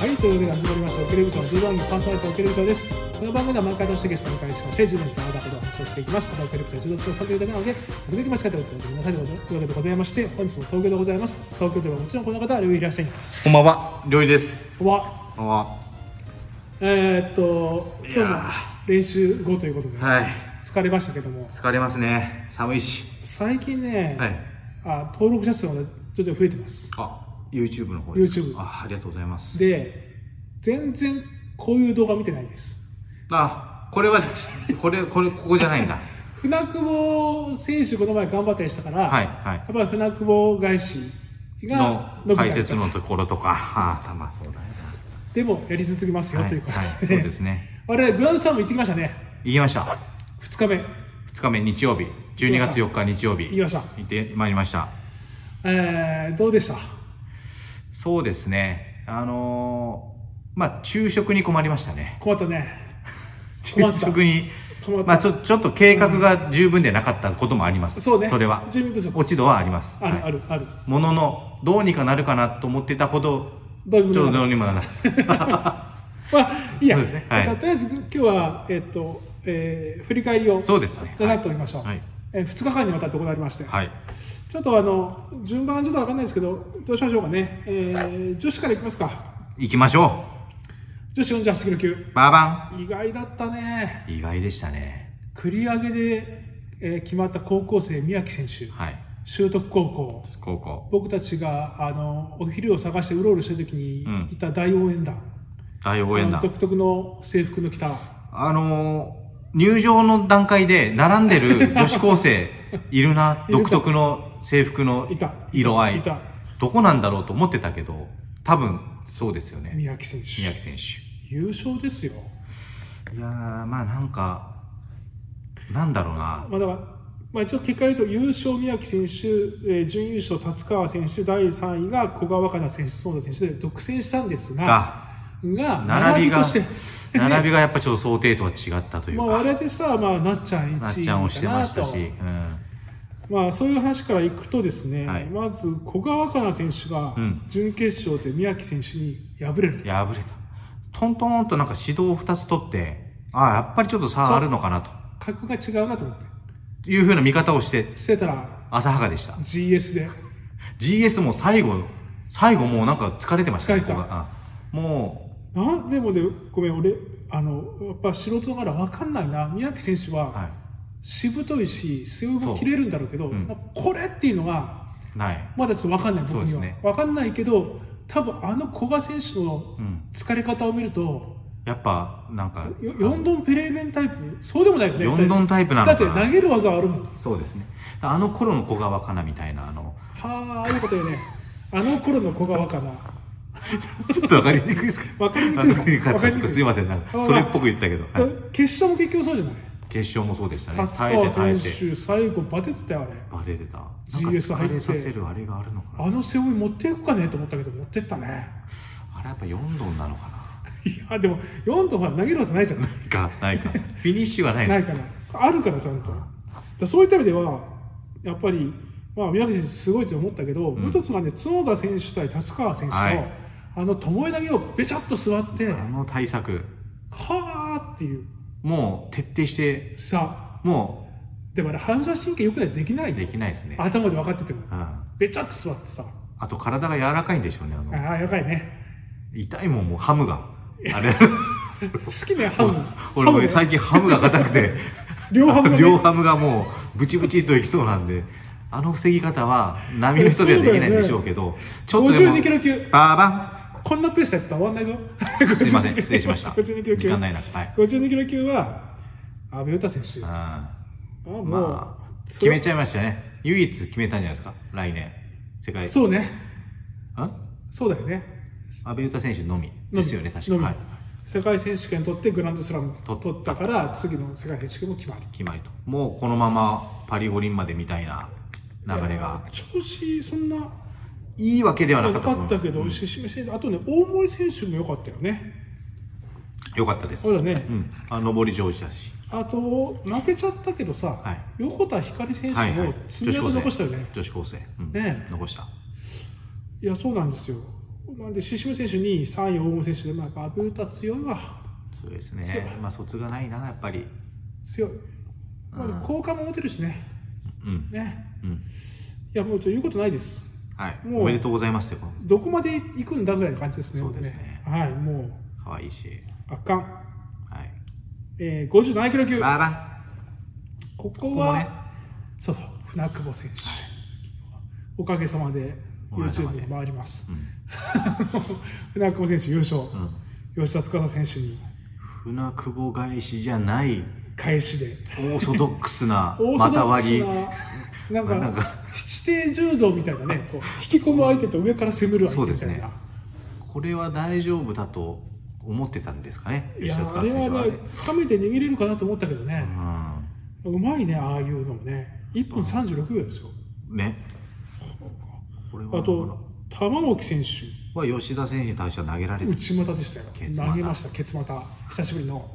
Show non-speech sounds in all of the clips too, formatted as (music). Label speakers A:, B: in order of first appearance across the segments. A: はい、ということで始まりました、オケレビジョン14のパーソナリティオケレビジョンです。この番組では毎回どうしてゲストにお迎えしまして、10年間あなたことをお話をしていきます。またオケレビジョン16さんというだけなので、なるべく間違っておいてくださいということでございまして、本日も東京でございます。東京ではもちろんこの方、ルイいらっしゃい。
B: こんばんは、りょういです。
A: こんばんは。
B: こんばんは。
A: えー、っと、今日も練習後ということで、
B: はい、
A: 疲れましたけども、
B: 疲れますね。寒いし。
A: 最近ね、
B: はい。
A: あ登録者数がね徐々に増えてます。
B: あ、YouTube の方です。
A: YouTube
B: あ、ありがとうございます。
A: で、全然こういう動画見てないです。
B: あ、これは、これ、これ、ここじゃない
A: (laughs)
B: んだ。
A: 船久保選手、この前頑張ったりしたから、
B: はい、
A: や
B: は
A: っぱり船久保返し
B: い。
A: が
B: の
A: 伸びたり
B: 解説のところとか、あ、たまそうだよ
A: でもやり続けますよ、
B: な。はい、
A: ということ
B: はい、そう
A: で、
B: ですね。
A: (laughs) 我々グラウンドサム行ってきましたね、
B: 行きました。
A: 2日目、
B: 2日目日曜日、12月4日日曜日。
A: 行きました
B: 行ってまいりました。
A: えーどうでした
B: そうですね。あのー、まあ、昼食に困りましたね。
A: 困ったね、困っ
B: 昼
A: た
B: 食に
A: 困った
B: まあ、ちょちょっと計画が十分でなかったこともあります、
A: そうね、
B: れは
A: 準備不足、
B: 落ち度はあります
A: ある
B: は
A: あ
B: い
A: るある、
B: もののどうにかなるかなと思ってたほど
A: どうい
B: ちょ
A: うことな
B: っとど
A: の
B: うにもならない
A: まあ、いいや、
B: そうですねはい
A: まあとりあえず今日は、えっとえー振り返り (laughs) を
B: そうですね
A: ざざっと見ましょう、
B: はい
A: えー、2日間にわたって行われまして。
B: はい
A: ちょっとあの順番はちょっとわかんないですけど、どうしましょうかね、えー女子からいきますか、
B: 行きましょ
A: 女子48キロ級、
B: うバーバ
A: 意外だったね、
B: ン意外でしたね
A: 繰り上げで、えー決まった高校生、宮城選手、
B: はい
A: 修徳高校、
B: 高校
A: 僕たちがあのお昼を探してうろうろしてるときに
B: うん
A: いた大応援団、
B: 大応援
A: あの
B: 団
A: 独特の制服の着た、
B: あのー入場の段階で並んでる女子高生い
A: (laughs)
B: るない
A: るか
B: 独特の制服の
A: いた、
B: 色合い
A: いた、
B: どこなんだろうと思ってたけど多分そうですよね
A: 宮城選
B: 宮
A: 手、
B: 城選手
A: 優勝ですよ、
B: いやーまあなんかなんだろうな
A: まあ、だから、まあ、一応結果言うと、優勝、宮城選手、えー準優勝、達川選手、第3位が古賀若菜選手、園田選手で独占したんですが、
B: が
A: が
B: 並びが
A: として、
B: 並びがやっぱちょっと想定とは違ったという
A: (laughs) まあ、
B: か、
A: 我々としては、まあ、なっちゃん
B: なっ
A: 1
B: ち
A: 位
B: ゃんをして
A: か
B: ま
A: な
B: した
A: と
B: し、。うん、
A: まあ、そういう話からいくとですね、
B: はい
A: まず古賀若菜選手が
B: うん
A: 準決勝で宮城選手に敗れると、
B: 敗れたトントンとなんか指導を2つ取ってああやっぱりちょっと差あるのかなと
A: 格が違うなと思っ
B: いうふうな見方をして
A: て、してたら
B: 浅はかでした、
A: GS で
B: GS も最後最後もうなんか疲れてましたね
A: 疲れた
B: ここがうんも
A: なんでもね、ごめん、俺、あのやっぱ素人ながら分かんないな、宮城選手
B: う、
A: は。
B: は
A: しぶといし、背負いも切れるんだろうけど、
B: そううん
A: なんかこれっていうのが、
B: いない、
A: まだちょっと分かんない、僕
B: そう
A: に
B: で
A: は。
B: すね
A: 分かんないけど、多分あの古賀選手の
B: うん、
A: 疲れ方を見ると、
B: やっぱなんか
A: よ4ドンペレーベンタイプ、そうでもないよね、
B: 四ドンタイプなのかな
A: だって投げる技はあるもん。
B: そうですねあの頃の小川かなみたいなあの (laughs)
A: はあ、ああいうことよね。あの頃の古賀若菜。
B: ちょっとわかりにくいですか
A: わかりにくい
B: わかりにくかったですかすいません、なん
A: あ
B: か、それっぽく言ったけど。はい
A: 決勝も結局そうじゃない
B: 決勝もそうでしたね。
A: 達
B: 耐え
A: 川
B: て耐え
A: 選
B: て。
A: 手、最後、バテてたよ、あれ。
B: あ、出てた。なんか
A: GS 入って
B: 疲れさせるあれがあるのかな
A: あの背負い持っていくかねと思ったけど、持ってったね。
B: あれやっぱ4ドンなのか
A: いや、でも、4度は投げる技ないじゃん。
B: なが、ない
A: (laughs)
B: か。フィニッシュはない。
A: ないかな、あるからちゃんと。だからそういった意味では、やっぱり、まあ、宮城選手、すごいと思ったけど、もう一つがね、角田選手対立川選手の、
B: はい
A: あの、巴投げをべちゃっと座って、
B: あの対策、
A: はーっていう、
B: もう徹底して、
A: さ、
B: も
A: でもあれ、反射神経よくないできな
B: う
A: い
B: で
A: よ、
B: きないですね。
A: 頭で分かってても、
B: うん
A: べちゃっと座ってさ、
B: あと体が柔らかいんでしょうね。あの
A: ああ、やかいね、
B: 痛いもん、もうハムが。
A: (laughs)
B: あれ、
A: 好きね、ハム、
B: 俺
A: ハム
B: も
A: ね
B: 最近ハムが硬くて。
A: 両ハムがね
B: 両ハムがもうブチブチといきそうなんであの防ぎ方は波の人ではできないんでしょうけどちょっとでも
A: 52キロ級、
B: バーバ
A: こんなペースでやってたら終わんないぞ、
B: ン (laughs) すいません失礼しました
A: 52キロ級
B: 時間ないなはい
A: 52キロ級は、阿部詩選手。
B: あ
A: あもう、
B: まあ
A: そ
B: 決めちゃいましたね唯一決めたんじゃないですか来年世界
A: そうね
B: あ
A: そうだよね
B: 阿部詩選手のみですよね確か
A: のみ
B: はい
A: 世界選手権取ってグランドスラム
B: と
A: 取ったから次の世界選手権も決まる
B: 決まりともうこのままパリ五輪までみたいな流れが
A: 調子そんない
B: いわけではなか
A: 良
B: ったと
A: かっ
B: 思いま
A: た
B: す
A: けど、ししめしあとね大森選手も良かったよね
B: よかったです
A: そうだね
B: んあ上り上手だし
A: あと負けちゃったけどさ、
B: はい
A: 横田光選手
B: はいは
A: も
B: い
A: 積み上げ残したよね、い
B: 女子高生うん
A: ねえ
B: 残した
A: やそうなんですよなんで獅子選手に3位黄金選手で、まあ、バブータ強いわ
B: そうです
A: そう
B: ね。まあ、卒がないな、やっぱり。
A: 強い、ま
B: うん
A: あ、効果も持てるしね
B: うん。
A: ね
B: うん。
A: いやもうちょっと言うことないです
B: はい。
A: もう
B: おめでとうございましたよ。
A: どこまで行くんだぐらいの感じですね
B: そうですね
A: もうはいもう
B: 可愛いし。
A: 圧巻、
B: はい。
A: えー、57キロ級
B: バーバ
A: ここ
B: ン。ここ
A: は
B: ね。
A: そうそう船久保選手、おかげさまで
B: おかげさま
A: YouTube
B: で
A: に回ります
B: う
A: (laughs) 船久保選手優勝、
B: ん。うん。
A: 吉田司選手に
B: 船久保返しじゃない。
A: 返しで
B: オーソドックスな
A: (laughs) オー
B: ま
A: ソド
B: た
A: ック
B: 割
A: ス
B: り
A: な、なんか
B: なんか
A: 七底柔道みたいなねこう引き込む相手と上から攻める相手みたいな、
B: そうですねこれは大丈夫だと思ってたんですかね
A: い
B: 吉
A: や
B: 田
A: ーあ
B: 塚
A: れ
B: 選手は
A: は
B: ね
A: ね、深めて握れるかなと思ったけどね、
B: う
A: うまいね、ああいうのもね、1分36秒ですよ、
B: ん、ねこれは
A: あと、玉置選手、
B: は吉田選手に対しては投げられて
A: 内股でしたよ、
B: ケツ股
A: 投げました、ケツ股、久しぶりの、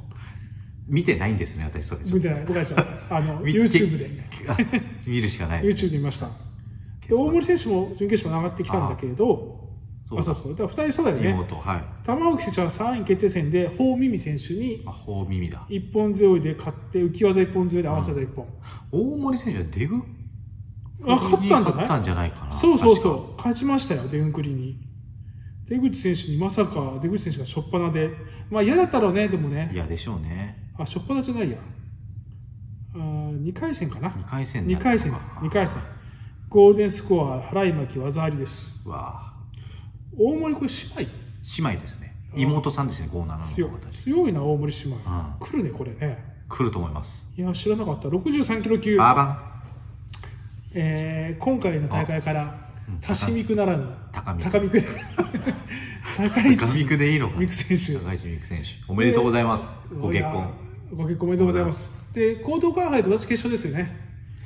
B: 見てないんですね私それ
A: (laughs) 見てない、僕たちはあの
B: (laughs) 見て
A: YouTube で、
B: あ見るしかない
A: YouTube で見ました。で大森選手も準決勝に上がってきたんだけれど、
B: そう
A: あそうそう、だから2人そうだよね、
B: 妹はい
A: 玉置選手は3位決定戦で、ホウミミ選手に
B: あ頬耳だ
A: 一本背負いで勝って、浮き技一本背負いで合わせ技一本、
B: 大森選手はデグ
A: あ勝ったんじゃ
B: 勝
A: ない
B: ったんじゃないかな
A: そうそう
B: 確か
A: そう、勝ちましたよ、出んくりに。出口選手にまさか出口選手が初っ端で、まあ嫌だったろうね、でもね
B: い、やでしょうね
A: あ初っ端じゃないや、あ2回戦かな、
B: 2回戦
A: 2
B: だったの
A: 回
B: か
A: 戦です、2回戦、ゴールデンスコア、払い巻き、技ありです。
B: うわ
A: 大森、これ姉妹
B: ー姉妹ですね妹さんですね57の
A: 強い
B: 方たち
A: 強いな、大森姉妹、
B: ん
A: 来るね、これね。
B: 来ると思います
A: いや、知らなかった、63キロ級、
B: バーバン
A: えー今回の大会から、多しみくならぬ、
B: 高見
A: 高見
B: (laughs)
A: く、高
B: 高
A: 市
B: 見区でいいのかな
A: みく選手。
B: 高市美空選手おめでとうございますご結
A: いや
B: 婚
A: ご結婚おめでとうございますで行動会杯と同じ決勝ですよね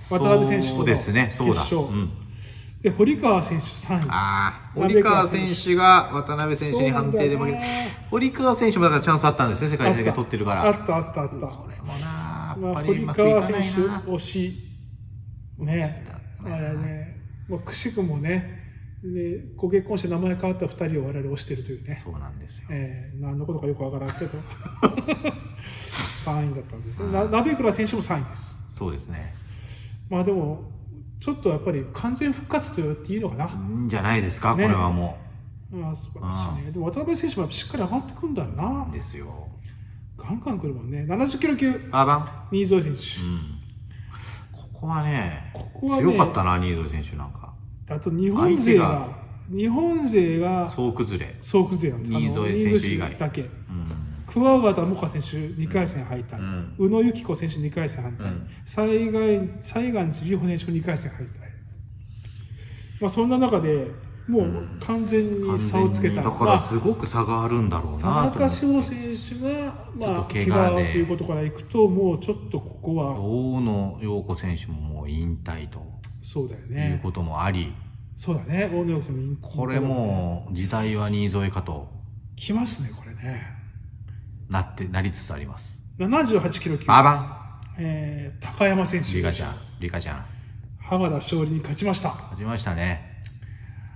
A: 渡辺選手との
B: そうですねそうだ
A: 決勝、
B: うん
A: で堀川選手3位
B: ああ
A: 鍋
B: 堀
A: 川
B: 川
A: 選手
B: 選手が渡辺選手に判定で
A: そ
B: 負
A: うなん
B: け
A: だよね
B: 堀川選手もだからチャンスあったんですね世界選手権取ってるから
A: あったあったあった
B: これもな
A: ま
B: やっぱ
A: あ、
B: りう
A: 堀
B: まくい
A: 川
B: かな
A: 選手
B: いな
A: 推しね
B: 惜
A: あ
B: しいな
A: れね、まあ、くしくもねでご結婚して名前変わった2人を我々推してるというね
B: そうなんですよ
A: えー、何のことかよくわからんけど (laughs) 3位だったんでな鍋倉選手も3位です
B: そうですね
A: まあでもちょっとやっぱり完全復活と言っていいのかな、
B: んじゃないですかこ
A: ね
B: れはも
A: ああ素晴らしいね。でも渡辺選手もしっかり上がってくんだよな
B: う。ですよ
A: ガンガン来るもんね。70キロ級、
B: バーバン
A: 新添選
B: う
A: 手。
B: んここはね
A: ここはね
B: 強かったな新添選手なんか
A: あと日本勢が、日本勢が
B: 総崩れ
A: 総崩れなんですあの
B: 新添選手以外
A: 新だけ。
B: うん
A: 桑形萌香選手2回戦敗退、
B: うん
A: 宇野由紀子選手2回戦敗退、
B: うん
A: 災害災害地美穂選手も2回戦敗退、まあ、そんな中でもう完全に差をつけた、
B: 完全にだか
A: まあ
B: らすごく差があるんだろう
A: 田
B: なと思
A: 中
B: って
A: 志保選手が、
B: ちょ
A: ま
B: っ
A: あ、
B: と
A: 怪
B: 怪
A: 我
B: 我
A: と
B: で
A: いうことからいくと、もうちょっとここは、
B: 大野陽子選手ももう引退と
A: そうだよ
B: いう
A: ね、
B: こともあり、
A: そうだね、大野洋さんも引退
B: これもう時代は新添かと
A: 来ますね、これね、
B: なってなりつつあります。
A: 78キロ級、
B: ババン
A: えー高山選手、
B: リカちゃん、リカちゃん、
A: 浜田勝利に勝ちました、
B: 勝ちましたね。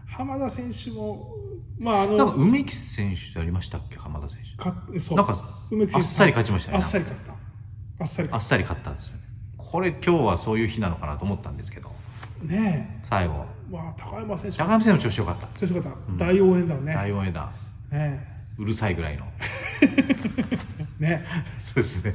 A: 浜田選手も、まあ、あ
B: なんか
A: の、
B: 梅木選手とやりましたっけ、浜田選手。
A: かそう
B: なんか
A: 梅木選手
B: あっさり勝ちましたね
A: あっさり勝った、あっさり
B: あ
A: 勝っ
B: っさり勝ったんですよね。これ今日はそういう日なのかなと思ったんですけど、
A: た、ね
B: 最後、
A: え、まあ、高山選手、
B: 高山選手の調子良かった。
A: 調子よかった、大応援団ね、
B: 大応援団、
A: ね
B: うるさいぐらいの。
A: えね
B: そうですね。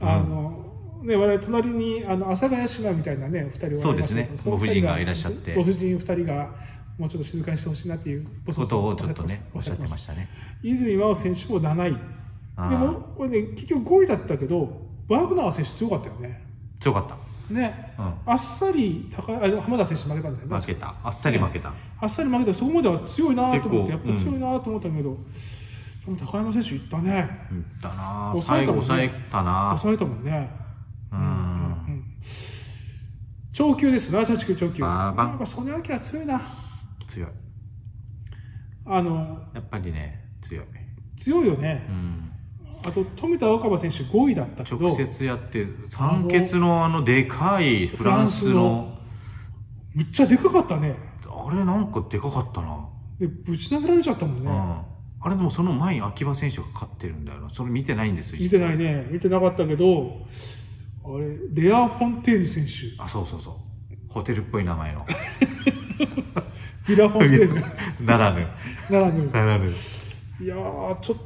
A: あの、ね、我々隣に、あの、阿佐ヶ谷姉妹みたいなね、お二人おられました
B: そうですね
A: けどその二人
B: ご婦人がいらっしゃって
A: ご婦人二人が、もうちょっと静かにしてほしいなっていうボソボソ
B: ことを
A: お
B: ちょっとね、おっしゃってま
A: た。
B: したね。
A: 泉真央選手も7位。で
B: あー
A: も、これね、結局5位だったけど、バグナー選手強かったよね。
B: 強かった。
A: ね。
B: うん
A: あっさり高いあ浜田選手負けたんだよね
B: 負けた。あっさり負けた。
A: あっさり負けたそこまでは強いなと思ってやっ
B: 結構
A: ぱ強いなと思ったけど、でも高山選手いったね
B: うんだなぁ
A: 抑え
B: 最
A: た
B: 後
A: もんね
B: 抑えたなぁ
A: 抑えたもんね
B: う
A: うんん長級です、ラーシャ地区長級。
B: バーバン
A: やっぱ曽根明強いな。
B: 強い
A: あの、
B: やっぱりね強い、
A: 強いよね
B: う。ん、
A: あと、富田若葉選手5位だったけど、
B: 直接やって酸欠のあのでかいフランスの
A: むっちゃでかかったね。
B: あれなんかでかかったな
A: でぶち殴られちゃったもん
B: うん、
A: ね、
B: あれでもその前に秋葉選手が勝ってるんだよなそれ見てないんですよ
A: 見て
B: 実は
A: ないね見てなかったけどあれレア・フォンテーヌ選手
B: あそうそうそうホテルっぽい名前の (laughs)
A: ビラ・フォンテーヌ
B: ならぬ
A: ならぬ
B: ならぬ
A: いやーちょっ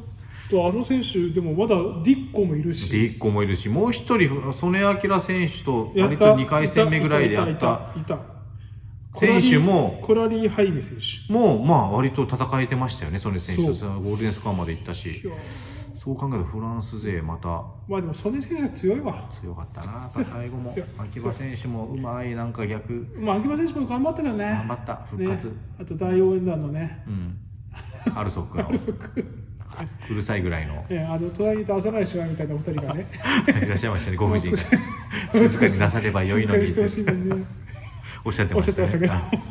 A: とあの選手でもまだディッコもいるし
B: で一個もいるしもう一人曽根明選手と割と2回戦目ぐらいでやった
A: いたいたいた
B: 選手も
A: コラリーコラリー・ハイメ選手
B: もうまあ割と戦えてましたよね曽根選手
A: そ
B: と
A: う
B: そのゴールデンスコアまで行ったし
A: いや
B: そう考えるとフランス勢また
A: まあでも曽根選手は強いわ
B: 強かったなやっ
A: 強
B: ぱ
A: い
B: 最後も
A: 強い
B: 秋葉選手もうまいなんか逆
A: まあ秋葉選手も頑張ったけどね
B: 頑張った復活、
A: ね、あと大応援団のね (laughs)
B: うんアルソックの
A: あそこ
B: うるさいぐらい
A: (laughs)
B: の
A: ねあの隣にいた朝林みたいなお二人がね
B: いらっしゃいましたねご婦人が
A: 静
B: (laughs) 静かになされば良いのに
A: 静かにしてほしいのにね
B: おっしゃって
A: お
B: ま
A: っしゃっ
B: し
A: て
B: た
A: ましたけ
B: ね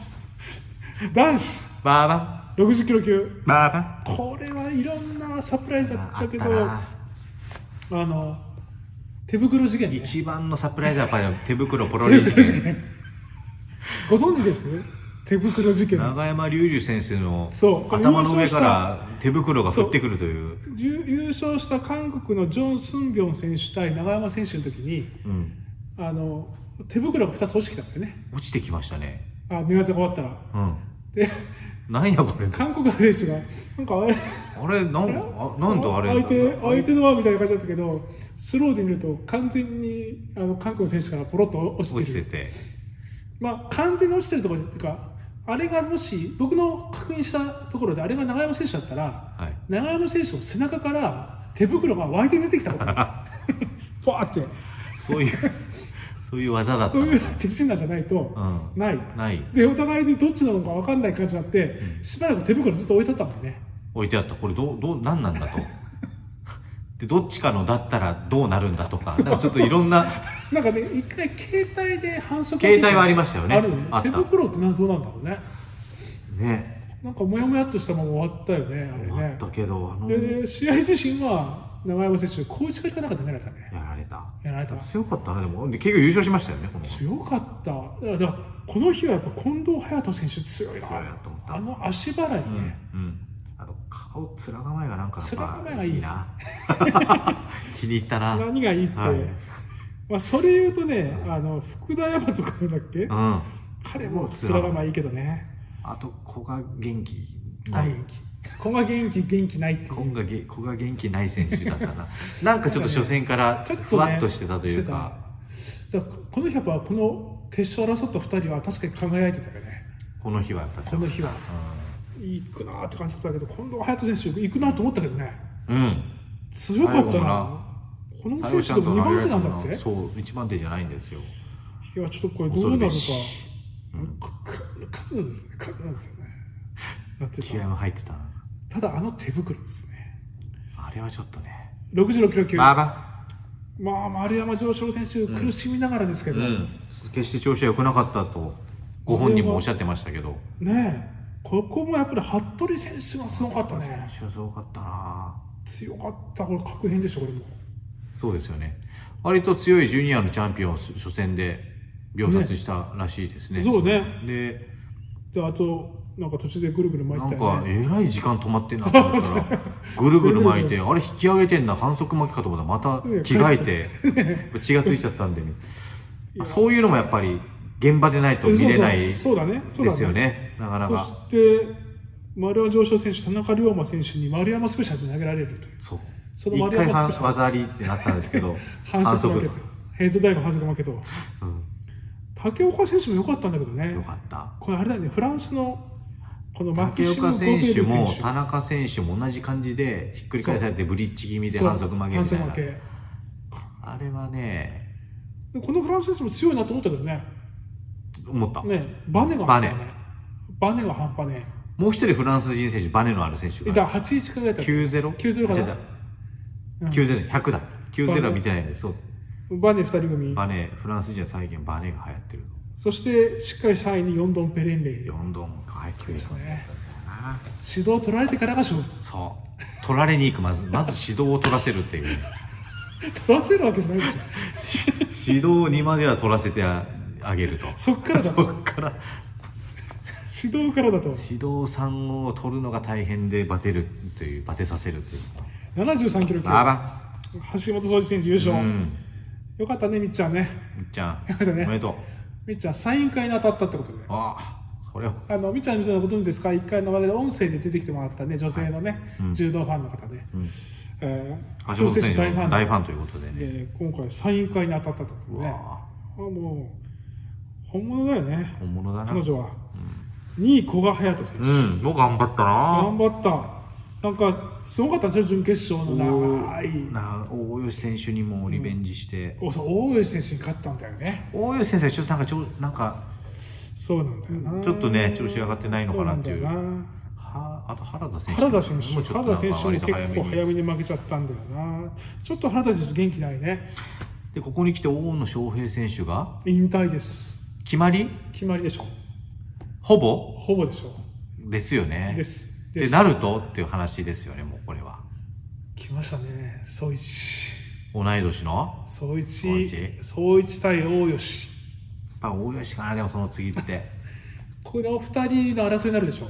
A: ど (laughs) 男子
B: バーバ
A: 60キロ級
B: ンバーバン
A: これはいろんなサプライズだ
B: あ
A: っ
B: あ
A: た
B: っ
A: け
B: た
A: どあ
B: な
A: の手袋事件、ね、
B: 一番のサプライズはやっぱり手袋ポロリ事
A: 手袋事
B: 件
A: 件ご存知です手袋事件
B: 長山隆二先生の
A: そう
B: 頭の上から手袋が降ってくるという
A: 優優勝した韓国のジョン・スンビョン選手対長山選手の時に
B: うん、
A: あの手袋が2つ落ちてきたんだよね
B: 落ちてきましたね
A: あ寝技が終わったら
B: うん
A: で
B: なんやこれ
A: 韓国の選手がなんかあれ
B: あれなんあなんとあれ
A: 相手相手の輪みたいな感じだったけどスローで見ると完全にあの韓国の選手からポロッと落ちて
B: 落
A: る
B: ちてて
A: まあ、完全に落ちてるところっていうかあれがもし僕の確認したところであれが長山選手だったら
B: はい
A: 長山選手の背中から手袋が湧いて出てきた
B: (laughs)
A: ことふわーって
B: そういう (laughs) そういう技だった
A: そう
B: の
A: いう手品じゃないと
B: うん
A: ない
B: ない
A: でお互いにどっちなのか分かんない感じになってしばらく手袋ずっと置いてあったもんね
B: 置いてあったこれどうどう何なんだと (laughs) でどっちかのだったらどうなるんだとかなんかちょっとい
A: (laughs)
B: ろんな
A: なんかね一回携帯で反則を受け
B: 携帯はありましたよね
A: あるよね
B: あっ
A: 手
B: た
A: 袋ってなどうなんだろうね
B: ね
A: なんかもやもやっとしたまま終わったよねあれ
B: 終わっ
A: ね
B: たけどあの
A: でで試合自身は長山選手小内刈りかなんかで投げられたね
B: やられた
A: やられた
B: 強かったねでもで結局優勝しましたよねこの
A: 強かっただからこの日はやっぱ近藤隼人選手強いな
B: 強いなと思った
A: あの足払
B: う
A: い
B: ん、
A: ね、
B: うん、あと顔面構えがなんかやっぱ
A: 面構えがいい (laughs)
B: な気に入ったな
A: 何がいいって、
B: はい
A: まあ、それ言うとねあの福田山とかだっけ、
B: うん
A: 彼も面構えいいけどね
B: あと子が元気な
A: 大
B: い
A: 元気こが元気元気ないっていう
B: 子がげ子が元気ない選手だったな (laughs) なんかちょっと初戦から
A: ちょっと、ね、
B: ふわっとしてたというか
A: してただからこの日やっぱこの決勝争った2人は確かに輝いてたよね
B: この日はやっぱち
A: こ
B: ょっ
A: の
B: と
A: 日は行くなーって感じだったけど近藤隼人選手行くなと思ったけどね
B: うん、うん
A: 強かった
B: 最後も
A: な
B: な
A: この
B: 最
A: 選
B: 後ち
A: 手
B: ゃ
A: で
B: ん
A: も
B: と
A: 2番手なんだっ
B: 投
A: け
B: げられたなそう1番手じゃないんですよ
A: いやちょっとこれどう
B: 恐
A: なるか
B: るべし、うん、
A: かかかなんですねかなんですよねなって
B: 気合
A: た
B: も入ってたな
A: ただあの手袋ですね
B: あれはちょっとね
A: 66キロ級
B: バーバ
A: まあ丸山上昇選手苦しみながらですけ
B: ン、
A: ど、
B: うん、決して調子は良くなかったとご本人もおっしゃってましたけど
A: ねえここもやっぱり服部選手がすごかったね
B: 面白かったな
A: 強かったこれ確変でしょこれも
B: そうですよね割と強いジュニアのチャンピオンを初戦で秒殺したらしいですね
A: そうね
B: で
A: であとなんか途中でぐるぐる巻い
B: な
A: て
B: ん
A: たよ
B: か
A: ね
B: えらい時間止まってんなと思った
A: (laughs)
B: らぐるぐる巻いてあれ引き上げてんな反則巻きかと思ったらまた着替えて血がついちゃったんで
A: いや
B: そういうのもやっぱり現場でないと見れないで
A: そうそうそうだねそうだね
B: すよねなかな
A: そ
B: か
A: して丸山上昇選手田中龍馬選手に丸山スペシャルで投げられるという
B: そう
A: その
B: 一
A: 丸
B: 回
A: 山
B: 反
A: スペシャル
B: 技ありってなったんですけど
A: (laughs) 反則負けと
B: と
A: ヘッドダイブ反則負けと
B: うん
A: 竹岡選手も良かったんだけどね
B: よかった
A: これあれだよねフランスのこのマキ
B: 竹
A: シム・
B: 岡
A: ゴベ
B: 選
A: ー
B: 手
A: ル選
B: も
A: 手
B: 田中選手も同じ感じでひっくり返されてブリッジ気味で
A: そう
B: 反則負け
A: 反
B: みた
A: 則
B: い
A: 負
B: な
A: け
B: あれはね
A: でこのフランス選手も強いなと思ったけどね
B: 思った、
A: ねバネが
B: バネ
A: バネが半端ね
B: もう一人フランス人選手バネのある選手
A: え
B: が
A: だから81考えたら
B: 90
A: 90かなうん
B: 90 100だ90は見てないんでそう
A: バネ2人組
B: バネフランス人は最近バネが流行ってる
A: そしてしっかり3位に4ドンペレンレイ指
B: 4度も早くでした
A: ね
B: な
A: 導取られてからが勝負
B: そう取られに行くまずまず指導を取らせるっていう
A: 取らせるわけじゃないでしょ (laughs)
B: 指導2までは取らせてあげると
A: そっからだ
B: そ
A: と
B: っから
A: 指導からだと
B: 指導さんを取るのが大変でバテるというバテさせるという
A: 73キロ級
B: あら
A: 橋本壮司選手優
B: う
A: 勝、
B: ん
A: よかったねみっちゃんね
B: みっちゃん
A: よかったね
B: おめでとう
A: みっちゃんサイン会に当たったってことで
B: ああそれを
A: あのみっちゃんみたいなことですか1回の我々音声で出てきてもらったね女性のね、
B: うん
A: 柔道ファンの方ね、
B: うん
A: えー
B: 橋本選手
A: 大ファ
B: の
A: ン
B: 大ファンということでね
A: で今回サイン会に当たったってこと
B: う
A: でね
B: わ
A: あもう本物だよね
B: 本物だな
A: 彼女は、2位古賀隼人選
B: う
A: 手、
B: んよく頑張ったな
A: 頑張ったなんかすごかったんですよ準決勝の長い
B: おな大吉選手にもリベンジして、
A: おそう大吉選手に勝ったんだよね
B: 大吉先生ちょっとなんかちょなんか
A: そうなんだよな
B: ちょっとね調子上がってないのかなってい
A: そ
B: う
A: なんだよな
B: はあと原田選手
A: 原田選手
B: もうちょっと
A: 原田選手も
B: なん
A: 結構
B: か割と
A: 早めに負けちゃったんだよなちょっと原田選手元気ないね
B: でここに来て大野将平選手が
A: 引退です
B: 決まり
A: 決まりでしょ
B: ほぼ
A: ほぼでしょ
B: ですよね
A: です
B: でなるとっていう話ですよねもうこれは
A: 来ましたね総一
B: 同い年の
A: 総
B: 宗一
A: 一総一対大吉
B: やっぱ大吉かなでもその次って (laughs)
A: これお二人の争いになるでしょ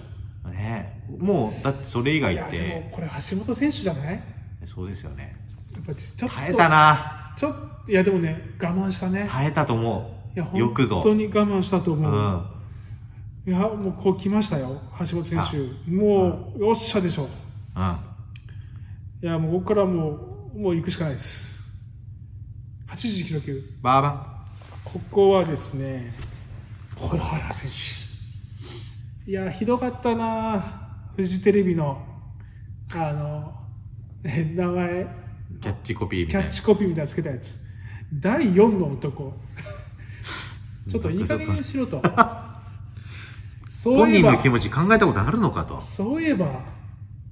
B: ねもうだってそれ以
A: い
B: 外
A: や
B: っ
A: でも
B: て
A: これ橋本選手じゃないや
B: そうですよね
A: っぱちょっと
B: 耐えたな
A: ちょっといやでもね我慢したね
B: 耐えたと思
A: いや
B: うよくぞ
A: 本当に我慢したと
B: う
A: 思う、
B: ん
A: いやもうこう来ましたよ橋本選手もうよっしゃでしょ
B: うん
A: いやもうここからもうもう行くしかないです80キロ級
B: バーバ
A: ここはですね小原選手いやひどかったなフジテレビのあのね名前
B: ンキャッチコピーみ
A: キ
B: たい
A: ャッ
B: な
A: チコピーみたいなのつけたやつ第4の
B: (laughs)
A: 男ちょっといい加減にしろとそう
B: 本
A: いえ
B: 人の
A: ば
B: 気持ち考えたことあるのかと
A: そういえば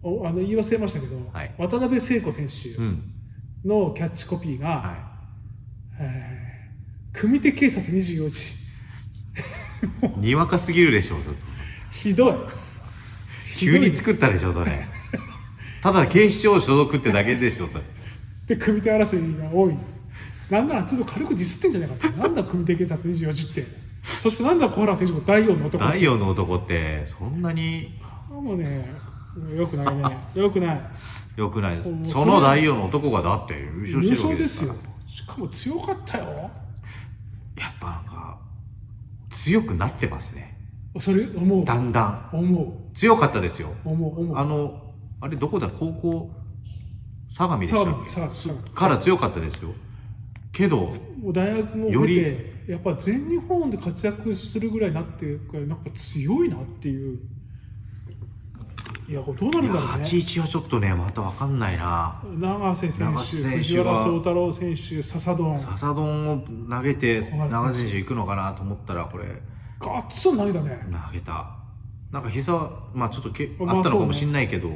A: おあの言い忘れましたけど、
B: はい
A: 渡辺聖子選手
B: うん
A: のキャッチコピーが、
B: は
A: えー組手警察24時
B: いにわかすぎるでしょそれ
A: ひどい
B: (laughs) 急に作ったでしょそれただ警視庁所属ってだけでしょそれ
A: で組手争いが多いなんならちょっと軽くディスってんじゃないかってなんだ組手警察24時ってそしてなんだ小原選手も第4の男
B: 第4の男ってそんなに
A: もうねよくないねよくない
B: 良くないです
A: もう
B: その第4の男がだって優勝し
A: 優
B: てるわ
A: 勝
B: け
A: で
B: ですすか
A: よ
B: ら
A: しかも強かったよ
B: やっぱなんか強くなってますね
A: それ思う
B: だんだん
A: 思
B: 強かったですよ
A: う思う思う
B: あのあれどこだ高校相模でしたっけ
A: 相模相模相模
B: から強かったですよけど
A: もう大学も
B: よ
A: 出
B: り
A: てやっぱ全日本で活躍するぐらいになってるからなんか強いなっていういやこれどうないる
B: や
A: んだろうね
B: 81はちょっとねまた分かんないな
A: 長瀬選
B: 長
A: 手
B: 瀬選手
A: 藤
B: は
A: 原宗太郎選手笹丼
B: 笹丼を投げて
A: そうなんですよ
B: 長選手行くのかなと思ったらこれ
A: ガッツン投げたね
B: 投げたなんか膝まあちょっとけ
A: まあ
B: あったのかもしんないけど、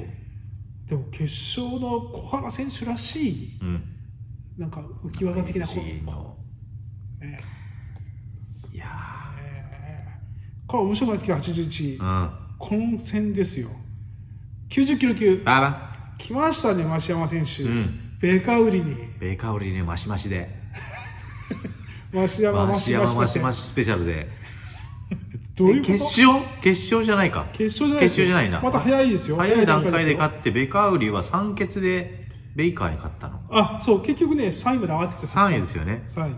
A: でも決勝の小原選手らしい
B: うん
A: なんか浮き技的なこ
B: 不思議
A: こ
B: の
A: ね
B: いや
A: これ面白くなってきた81、
B: ーうん
A: 混戦ですよ90キロ級
B: バーバ
A: 来ましたね増山選手、
B: ンうん
A: ベカウリに
B: ベイカオリねマシマシで
A: 増山
B: マ
A: マ
B: シ
A: シ
B: ヤ
A: マ
B: マ
A: シ
B: マ
A: マ
B: シ
A: シ
B: マシスペシャルで
A: どういうこと
B: 決勝決勝じゃないか
A: 決勝じゃないですよ
B: 決勝じゃないな
A: また早いですよ
B: 早い段階で
A: っ
B: 勝ってベカウリは3決でベイカーに勝ったの
A: あそう結局ね3位まで上がってきた
B: 3位ですよね
A: 3位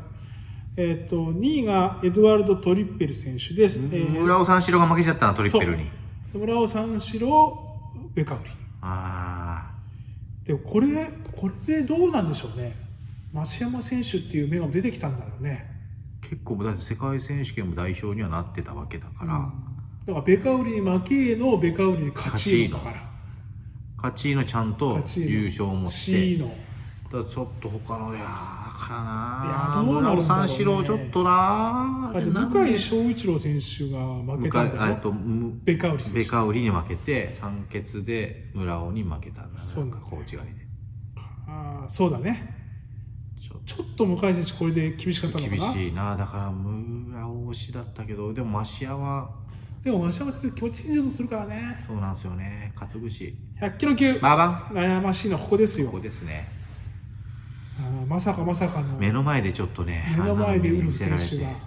A: えっ、と2位がエドワルド・トリッペル選手です、えー
B: 村尾三四郎が負けちゃったなトリッペルに
A: 村尾三四郎ベカウリ
B: あ
A: でもこれこれでどうなんでしょうね増山選手っていう目が出てきたんだろうね
B: あ結構だって世界選手権も代表にはなってたわけだから、
A: だからベカウリに負けのベカウリに勝ちのだから
B: 勝ちのちゃんと
A: 勝ちの
B: 優勝もし
A: C
B: て
A: の
B: だからちょっと他のいやーから
A: い
B: な
A: やどうなるんだろうね
B: 村尾三四郎ちょっとな
A: あで
B: なん
A: 向井翔一郎選手が負けたんだ
B: 向井え
A: よ
B: っとむ
A: ベカウリ選手
B: ベカウリに負けて三決で村尾に負けたんだ
A: そうなんだよ
B: コーチがね
A: あーそうだね
B: ちょっ
A: ちょっと向井選手これで厳しかった
B: と
A: のかな
B: 厳しいなだから村尾推しだったけどでも芦屋は
A: でも増山選手気持ちいい運動するからね
B: そうなんですよね勝口
A: 100キロ級
B: バーバン
A: 悩ましいのはここですよ
B: ここですね
A: あーまさかまさかの
B: 目の前でちょっとね
A: 目の前で
B: あんな
A: ウル
B: に見
A: フ
B: せら
A: 選
B: れて
A: 手が
B: うん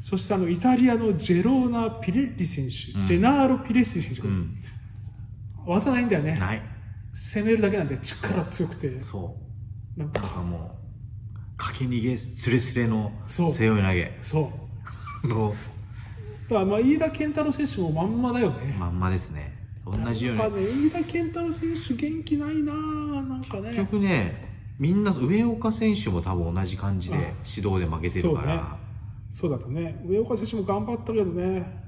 A: そしてあのイタリアのジェローナ・ピレッリ選手、
B: うん
A: ジェナーロ・ピレッリ選手、
B: うん、
A: 技ないんだよね
B: ない
A: 攻めるだけなんで力強くて
B: そ
A: なん
B: うなんか
A: か
B: もう駆け逃げすれすれの背
A: そう
B: 負い投げ
A: そう
B: の
A: だからまあ飯田健太郎選手もまんまだよね、
B: まんまですね同じよう
A: なんか
B: に
A: ね飯田健太郎選手元気ないなぁなんか
B: 結
A: ね
B: 局ねみんな上岡選手も多分同じ感じで
A: うん
B: 指導で負けてるから、
A: そうねそうだったね上岡選手も頑張ったけどね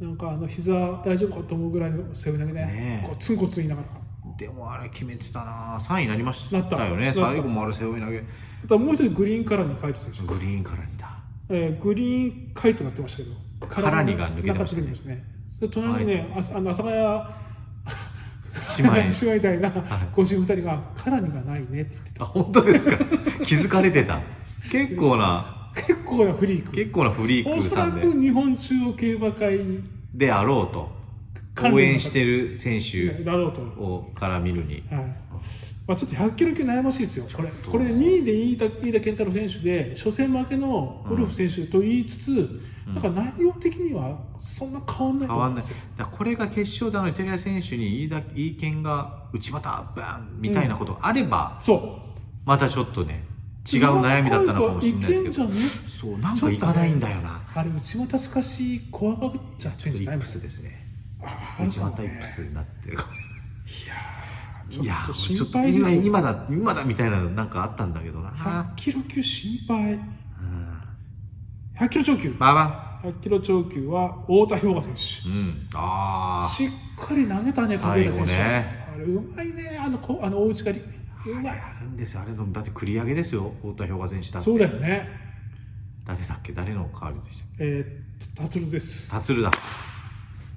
A: なんかあの膝大丈夫かと思うぐらいの背負い投げね
B: ねえ
A: こうツンコツン言いながら
B: でもあれ決めてたな3位になりました
A: なった
B: よ
A: な
B: ね
A: った
B: 最後もあれ背負い投げグ
A: あとはもう一人グリーンカラーに書いてたでしょ
B: リーンからにだ
A: えーグリーンカイトになってましたけど、
B: カラニが抜けてましたね
A: 中抜けてね。それ隣にね、ああの阿佐ヶ谷 (laughs)
B: 姉妹
A: 姉妹みたいな
B: はい
A: 52人が、カラニがないねって言って
B: あ本当ですか (laughs) 気づかれてた結構な
A: た、結構なフリーク、
B: 結構なフリー
A: お
B: ク
A: そ
B: さ
A: ら
B: ん
A: く
B: で
A: 日本中央競馬会
B: であろうと
A: 関連の
B: 応援してる選手
A: だろうと、
B: をから見るに
A: はいまあ、ちょっと100キロ級悩ましいですよ、これ、
B: と
A: これ2位で飯田飯田健太郎選手で、初戦負けのウルフ選手と言いつつ、
B: うん
A: なんか内容的にはそんな変わんないと
B: 変
A: 思
B: わ
A: うん
B: ん
A: で
B: ない
A: すよ。
B: だからこれが決勝であのイタリア選手に飯田飯健が内股バンみたいなことがあれば、
A: そう
B: またちょっとね違う悩みだったのかもしれないです
A: い
B: けど
A: けんじゃね
B: そうなんかいかないんだよな、
A: あれ内股すかし怖がっちゃっ
B: ち
A: て
B: ょ
A: ん
B: っと
A: じ
B: イ
A: ゃない
B: ッ
A: の
B: プスですね
A: あ
B: 内股イ
A: い
B: ップスになってるかも
A: やー
B: いや
A: ちょっと
B: ー
A: 心
B: ちょっと
A: 配で
B: 今
A: すよ
B: 今だ今だみたいなのなんかあったんだけどな
A: 100キロ級心配
B: うん
A: 100キロ超級
B: まあま
A: 100キロ超級は太田氷河選手
B: あうんああ
A: しっかり投げたね影浦選手、
B: 最後ね
A: あれうまいねあのこあの大内刈りうまい
B: あるんですよあれのだって繰り上げですよ太田氷河選手だって
A: そうだよね
B: 誰だっけ誰の代わりでしたっ
A: えー、っと達郎です
B: け達郎だ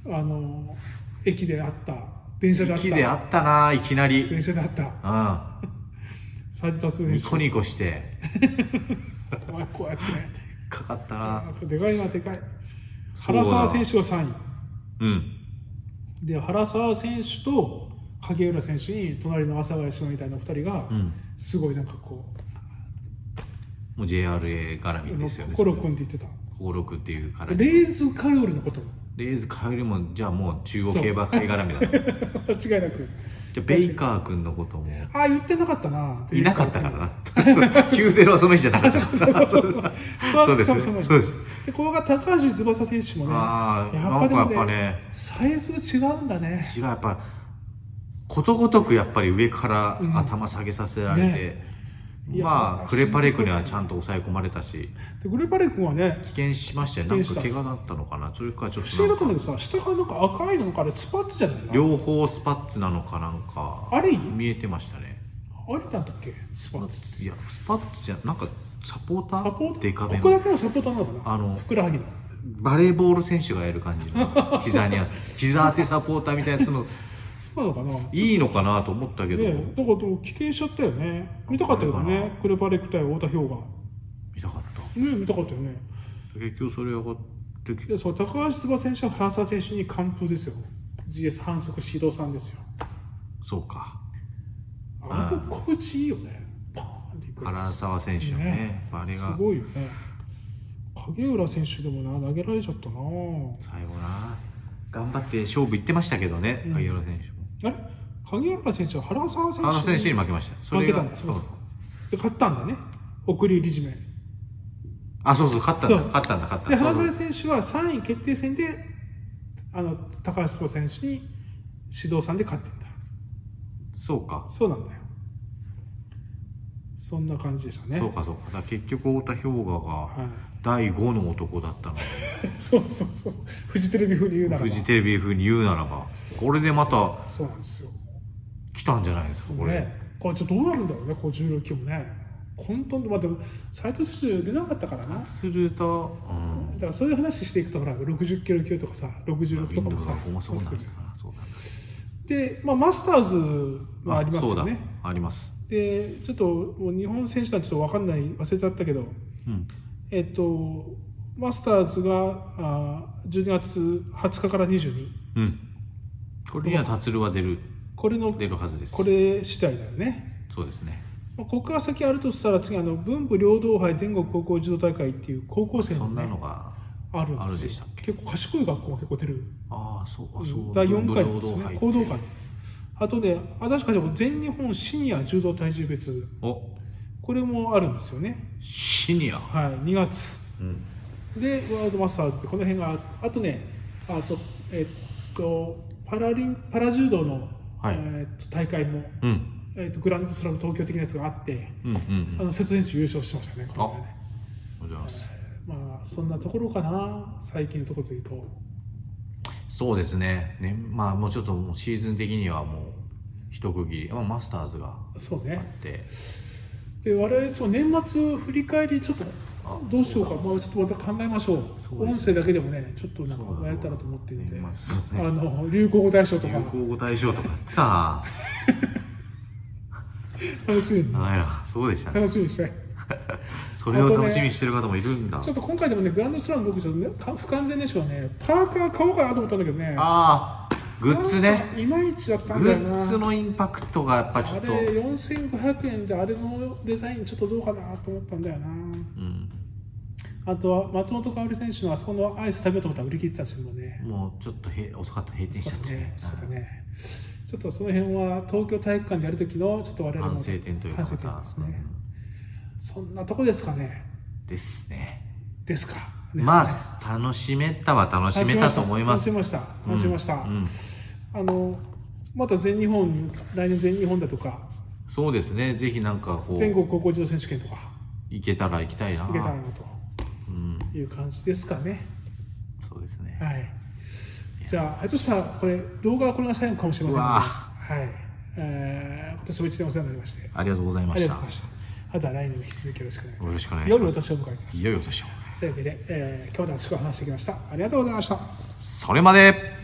A: あの駅であった電車であった
B: 息であったないきなり
A: 電車であった
B: う
A: 斉藤達
B: ん
A: 郎
B: ニコ
A: 選
B: ニコして
A: 手お前こうやってね
B: かかったな
A: でかいな、でかい。
B: そうだ
A: 原沢選手は3
B: うん
A: 位。で、原沢選手と影浦選手に、隣の阿佐ヶ谷姉妹みたいな2人が
B: う、ん
A: すごいなんかこ
B: もう JRA 絡
A: う、
B: みですよね
A: 心を組んでいってた。
B: 登録っていうからレ
A: レーズ・カヨルのことも、 (laughs)
B: ーズ変えるもじゃあもう中央競馬会絡 (laughs) みだな
A: 間違いなく。
B: じゃあベイカー君のことも
A: ああ、言ってなかったな。
B: いなかったからな。90はその日じゃなかった。 (laughs) そうですね。そうです。
A: で、ここが高橋翼選手もね、
B: ああ、
A: や
B: な
A: っぱ
B: ん
A: で
B: か
A: もね
B: やっぱね、
A: サイズ違うんだね。
B: 違う、やっぱ、ことごとくやっぱり上か
A: うん
B: ら頭下げさせられて、
A: いや
B: まあ、クレパレクにはちゃんと抑え込まれたし、
A: で、グレパレ君はね、
B: 危険しましたよ。
A: 棄
B: なん
A: 権し
B: か
A: た
B: 怪我だったのかな。それかちょっ
A: 不
B: と
A: 思議
B: な
A: だ
B: ん
A: ったんだ
B: か、
A: けどさ、下がなんか赤いのかあれ、スパッツじゃないの
B: 両方スパッツなのかなんか、
A: あれ
B: 見えてましたね。
A: あれなんだっけスパッツって。
B: いや、スパッツじゃ、なんか、サポーター
A: サポータ
B: でかめ
A: ー
B: の
A: ここだけのサポーターなのかな
B: あの
A: ふくらはぎの
B: バレーボール選手がやる感じ
A: (laughs)
B: の膝にあって膝当てサポーターみたいなやつの
A: そうなのかなね
B: いいのかなと思ったけど、
A: えだからでも棄権しちゃったよね見たかったけど
B: そうか
A: ねクレパレク対太田氷河
B: 見たかった
A: ねえ見たかったよね
B: 結局それは結局
A: でそう高橋翼選手は原沢選手に完封ですよ GS 反則指導さんですよ
B: そうか
A: あ
B: あ
A: の小口いいよねパーンっていくやつ
B: 原
A: す
B: 沢選手のね
A: ね
B: あれが
A: ごいよね影浦選手でもな投げられちゃったな
B: 最後な頑張って勝負いってましたけどね
A: うん
B: 影浦選手も
A: あれ影浦選手は原沢選手
B: 原沢選手に負けましたそ
A: 負
B: れ
A: け
B: が
A: たんだそうそうで勝ったんだね送り入り締め
B: あそうそう勝ったんだ
A: そう
B: 勝ったんだ勝った
A: で
B: んだ
A: 原
B: そう
A: 沢
B: そう
A: 選手は3位決定戦であの高橋壮選手に指導さんで勝ってんだ
B: そうか
A: そうなんだよそんな感じでしたね
B: そうかそうかだから結局太田氷河が
A: はい、
B: 第5の男だったの
A: そうそうそうフジテレビ風に言うならば
B: フジテレビ風に言うならばこれでまた
A: そうなんですよ
B: 来たんじゃないですかこれ、
A: ねこれちょっとどうなるんだろうねこう16期もね混沌とまあでも斎藤選手出なかったからなだ
B: すると、うん、
A: からそういう話していくとほら60キロ級とかさ66とかもさ
B: ここもそうなんだからそうなんだ
A: で、まあ、マスターズはありますよね
B: そうだあります、
A: でちょっともう日本選手団ちょっと分かんない忘れちゃったけど
B: うん、
A: えっとマスターズがあー12月20日から22
B: うん、これには達郎は出る
A: これの
B: 出るはずです
A: これ次第だよね
B: そうですね
A: まあ、ここから先あるとしたら次あの文武両道杯天国高校児童大会っていう高校生
B: そ
A: の,、
B: ん
A: ね、
B: なのが
A: あるんで
B: あ
A: す
B: る
A: よ
B: でしたっけ
A: 結構賢い学校が結構出る
B: ああそうあそう
A: 第4回です
B: 文武
A: ね
B: 両
A: 行
B: 道
A: 動
B: 杯
A: 会あとねあ確かに全日本シニア柔道体重別
B: お
A: これもあるんですよね
B: シニア、
A: はい2月
B: うん、
A: でワールドマスターズってこの辺がああとねあとえっとパラリンパラ柔道の、
B: はい
A: えっと大会も、
B: うん
A: えっとグランドスラム東京的なやつがあって
B: うんうんうん
A: あの瀬戸選手優勝してましたねこの間ね
B: おはようございます
A: まあそんなところかな最近のところで言うと
B: そうですねねまあもうちょっともうシーズン的にはもう一区切り、まあ、マスターズが
A: そう
B: あっ
A: ね
B: て
A: で我々いつも年末振り返りちょっと
B: あ
A: どうしようかまあちょっとまた考えましょう
B: そうですね
A: 音声だけでもねちょっとなん
B: そうだそう
A: か
B: だ
A: やれたらと思っているんで、
B: 年
A: あ
B: 末ね
A: の流行語大賞とか
B: 流行語大賞とかさ
A: 楽しみに
B: あなんやそうでしたね
A: 楽しみにしたい
B: それを楽しみにしてる方もいるんだ、
A: ちょっと今回でもね、グランドスラム僕ちょっとね、か不完全燃焼はね、パーカー買おうかなと思ったんだけどね。
B: ああグッズね。
A: いまいちだったん
B: グ
A: だよな。
B: ッズのインパクトがやっぱちょっ
A: あ
B: と、
A: れ、4500円であれのデザインちょっとどうかなと思ったんだよな。
B: うん、
A: あとは松本薫選手のあそこのアイス食べようと思ったら売り切ってたしもうね。
B: もうちょっとへ遅かった閉店しちゃって、ね、
A: そうだね。ちょっとその辺は東京体育館でやる時のちょっと我々の
B: 反省点というか
A: 反省点ですね。
B: う
A: そんなとこですかね。
B: んですね
A: ですか。
B: ま
A: ですかね
B: あ楽しめたは楽しめたと思います
A: 楽しめました。楽しめました。
B: うんうん
A: あのまた全日本来年全日本だとか
B: そうですねぜひなんかこ
A: 全
B: う
A: 国高校児童選手権とか
B: 行けたら行きたいな
A: 行けたらな
B: うん
A: という感じですかね
B: そうですね
A: はいじゃあひょっとしたらこれ動画はこれが最後かもしれません
B: うわ
A: のではい、えー、今年も一年お世話になりまして
B: ありがとうござい
A: あ
B: ま
A: り
B: し
A: がと
B: た
A: うございましたまた来年も引き続きよろしくお願いします
B: よろしくお願いします
A: 良いお年を迎えてます
B: いよいよ私も
A: というわけで、えー、今日も楽しくお話してきましたありがとうございました
B: それまで